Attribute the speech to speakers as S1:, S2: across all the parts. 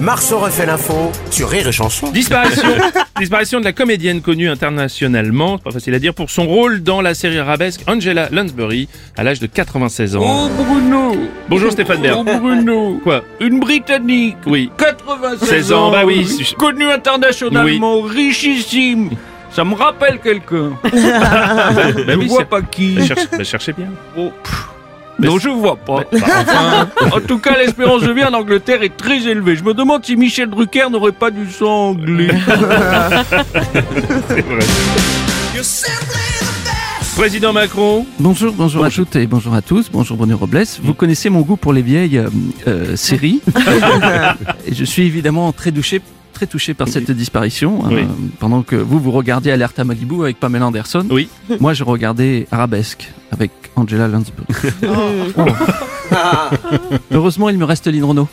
S1: Marceau refait l'info sur Rire et Chanson.
S2: Disparition, disparition de la comédienne connue internationalement, c'est pas facile à dire, pour son rôle dans la série arabesque Angela Lansbury à l'âge de 96 ans.
S3: Oh Bruno
S2: Bonjour Stéphane Bern.
S3: Oh Bruno
S2: Quoi
S3: Une Britannique
S2: Oui.
S3: 96
S2: 16 ans,
S3: ans,
S2: bah oui, je-
S3: Connue internationalement, richissime Ça me rappelle quelqu'un
S2: Bah
S3: Je
S2: oui,
S3: vois
S2: c'est-
S3: pas qui
S2: Bah, cherche- bah, cherchez bien.
S3: Oh, pff. Non, je vois pas
S2: Bah, enfin,
S3: En tout cas, l'espérance de vie en Angleterre est très élevée. Je me demande si Michel Drucker n'aurait pas du sang anglais.
S2: c'est vrai. Président Macron,
S4: Bonjour, bonjour à toutes et bonjour à tous. Bonjour Bruno Robles. Vous
S2: Mm.
S4: connaissez mon goût pour les vieilles euh, euh, séries. et je suis évidemment très touché, très touché par cette disparition. hein,
S2: Oui.
S4: pendant que vous, vous regardiez Alerta Malibu avec Pamela Anderson.
S2: Oui.
S4: Moi, je regardais Arabesque avec Angela Lansbury. Oh. Heureusement, il me reste Lynn Renault.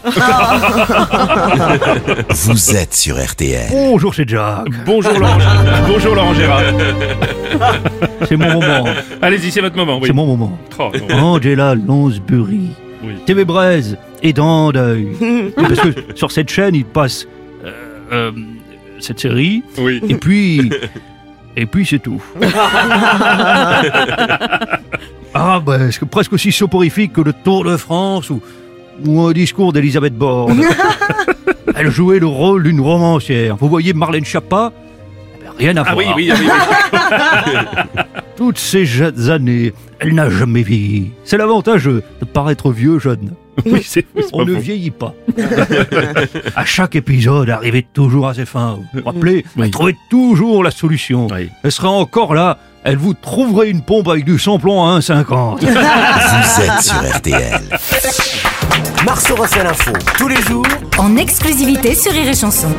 S1: Vous êtes sur RTL.
S5: Bonjour, c'est Jack.
S2: bonjour Laurent, Gérard. bonjour Laurent Gérard.
S5: C'est mon moment.
S2: Allez-y, c'est votre moment. Oui.
S5: C'est mon moment.
S2: Oh, non.
S5: Angela Lansbury.
S2: Oui.
S5: TV Braise et dans d'œil. Oui, Parce que sur cette chaîne, il passe euh, euh, cette série.
S2: Oui.
S5: Et puis. Et puis c'est tout. Arabesque, Ah, presque aussi soporifique que le Tour de France ou, ou un discours d'Elisabeth Borne. Elle jouait le rôle d'une romancière. Vous voyez Marlène Schiappa Eh ben, Rien à
S2: Ah
S5: voir.
S2: oui, oui, ah oui, oui.
S5: Toutes ces jeunes années, elle n'a jamais vieilli. C'est l'avantage de paraître vieux jeune.
S2: Oui, c'est oui, c'est
S5: On
S2: pas
S5: ne
S2: faux.
S5: vieillit pas. à chaque épisode, arrivait toujours à ses fins. Vous vous rappelez
S4: Oui.
S5: Elle trouvait toujours la solution.
S2: Oui.
S5: Elle sera encore là. Elle vous trouverait une pompe avec du samplon à 1,50.
S1: Vous êtes sur RTL. Marceau refait l'info tous les jours
S6: en exclusivité sur Rire et Chanson.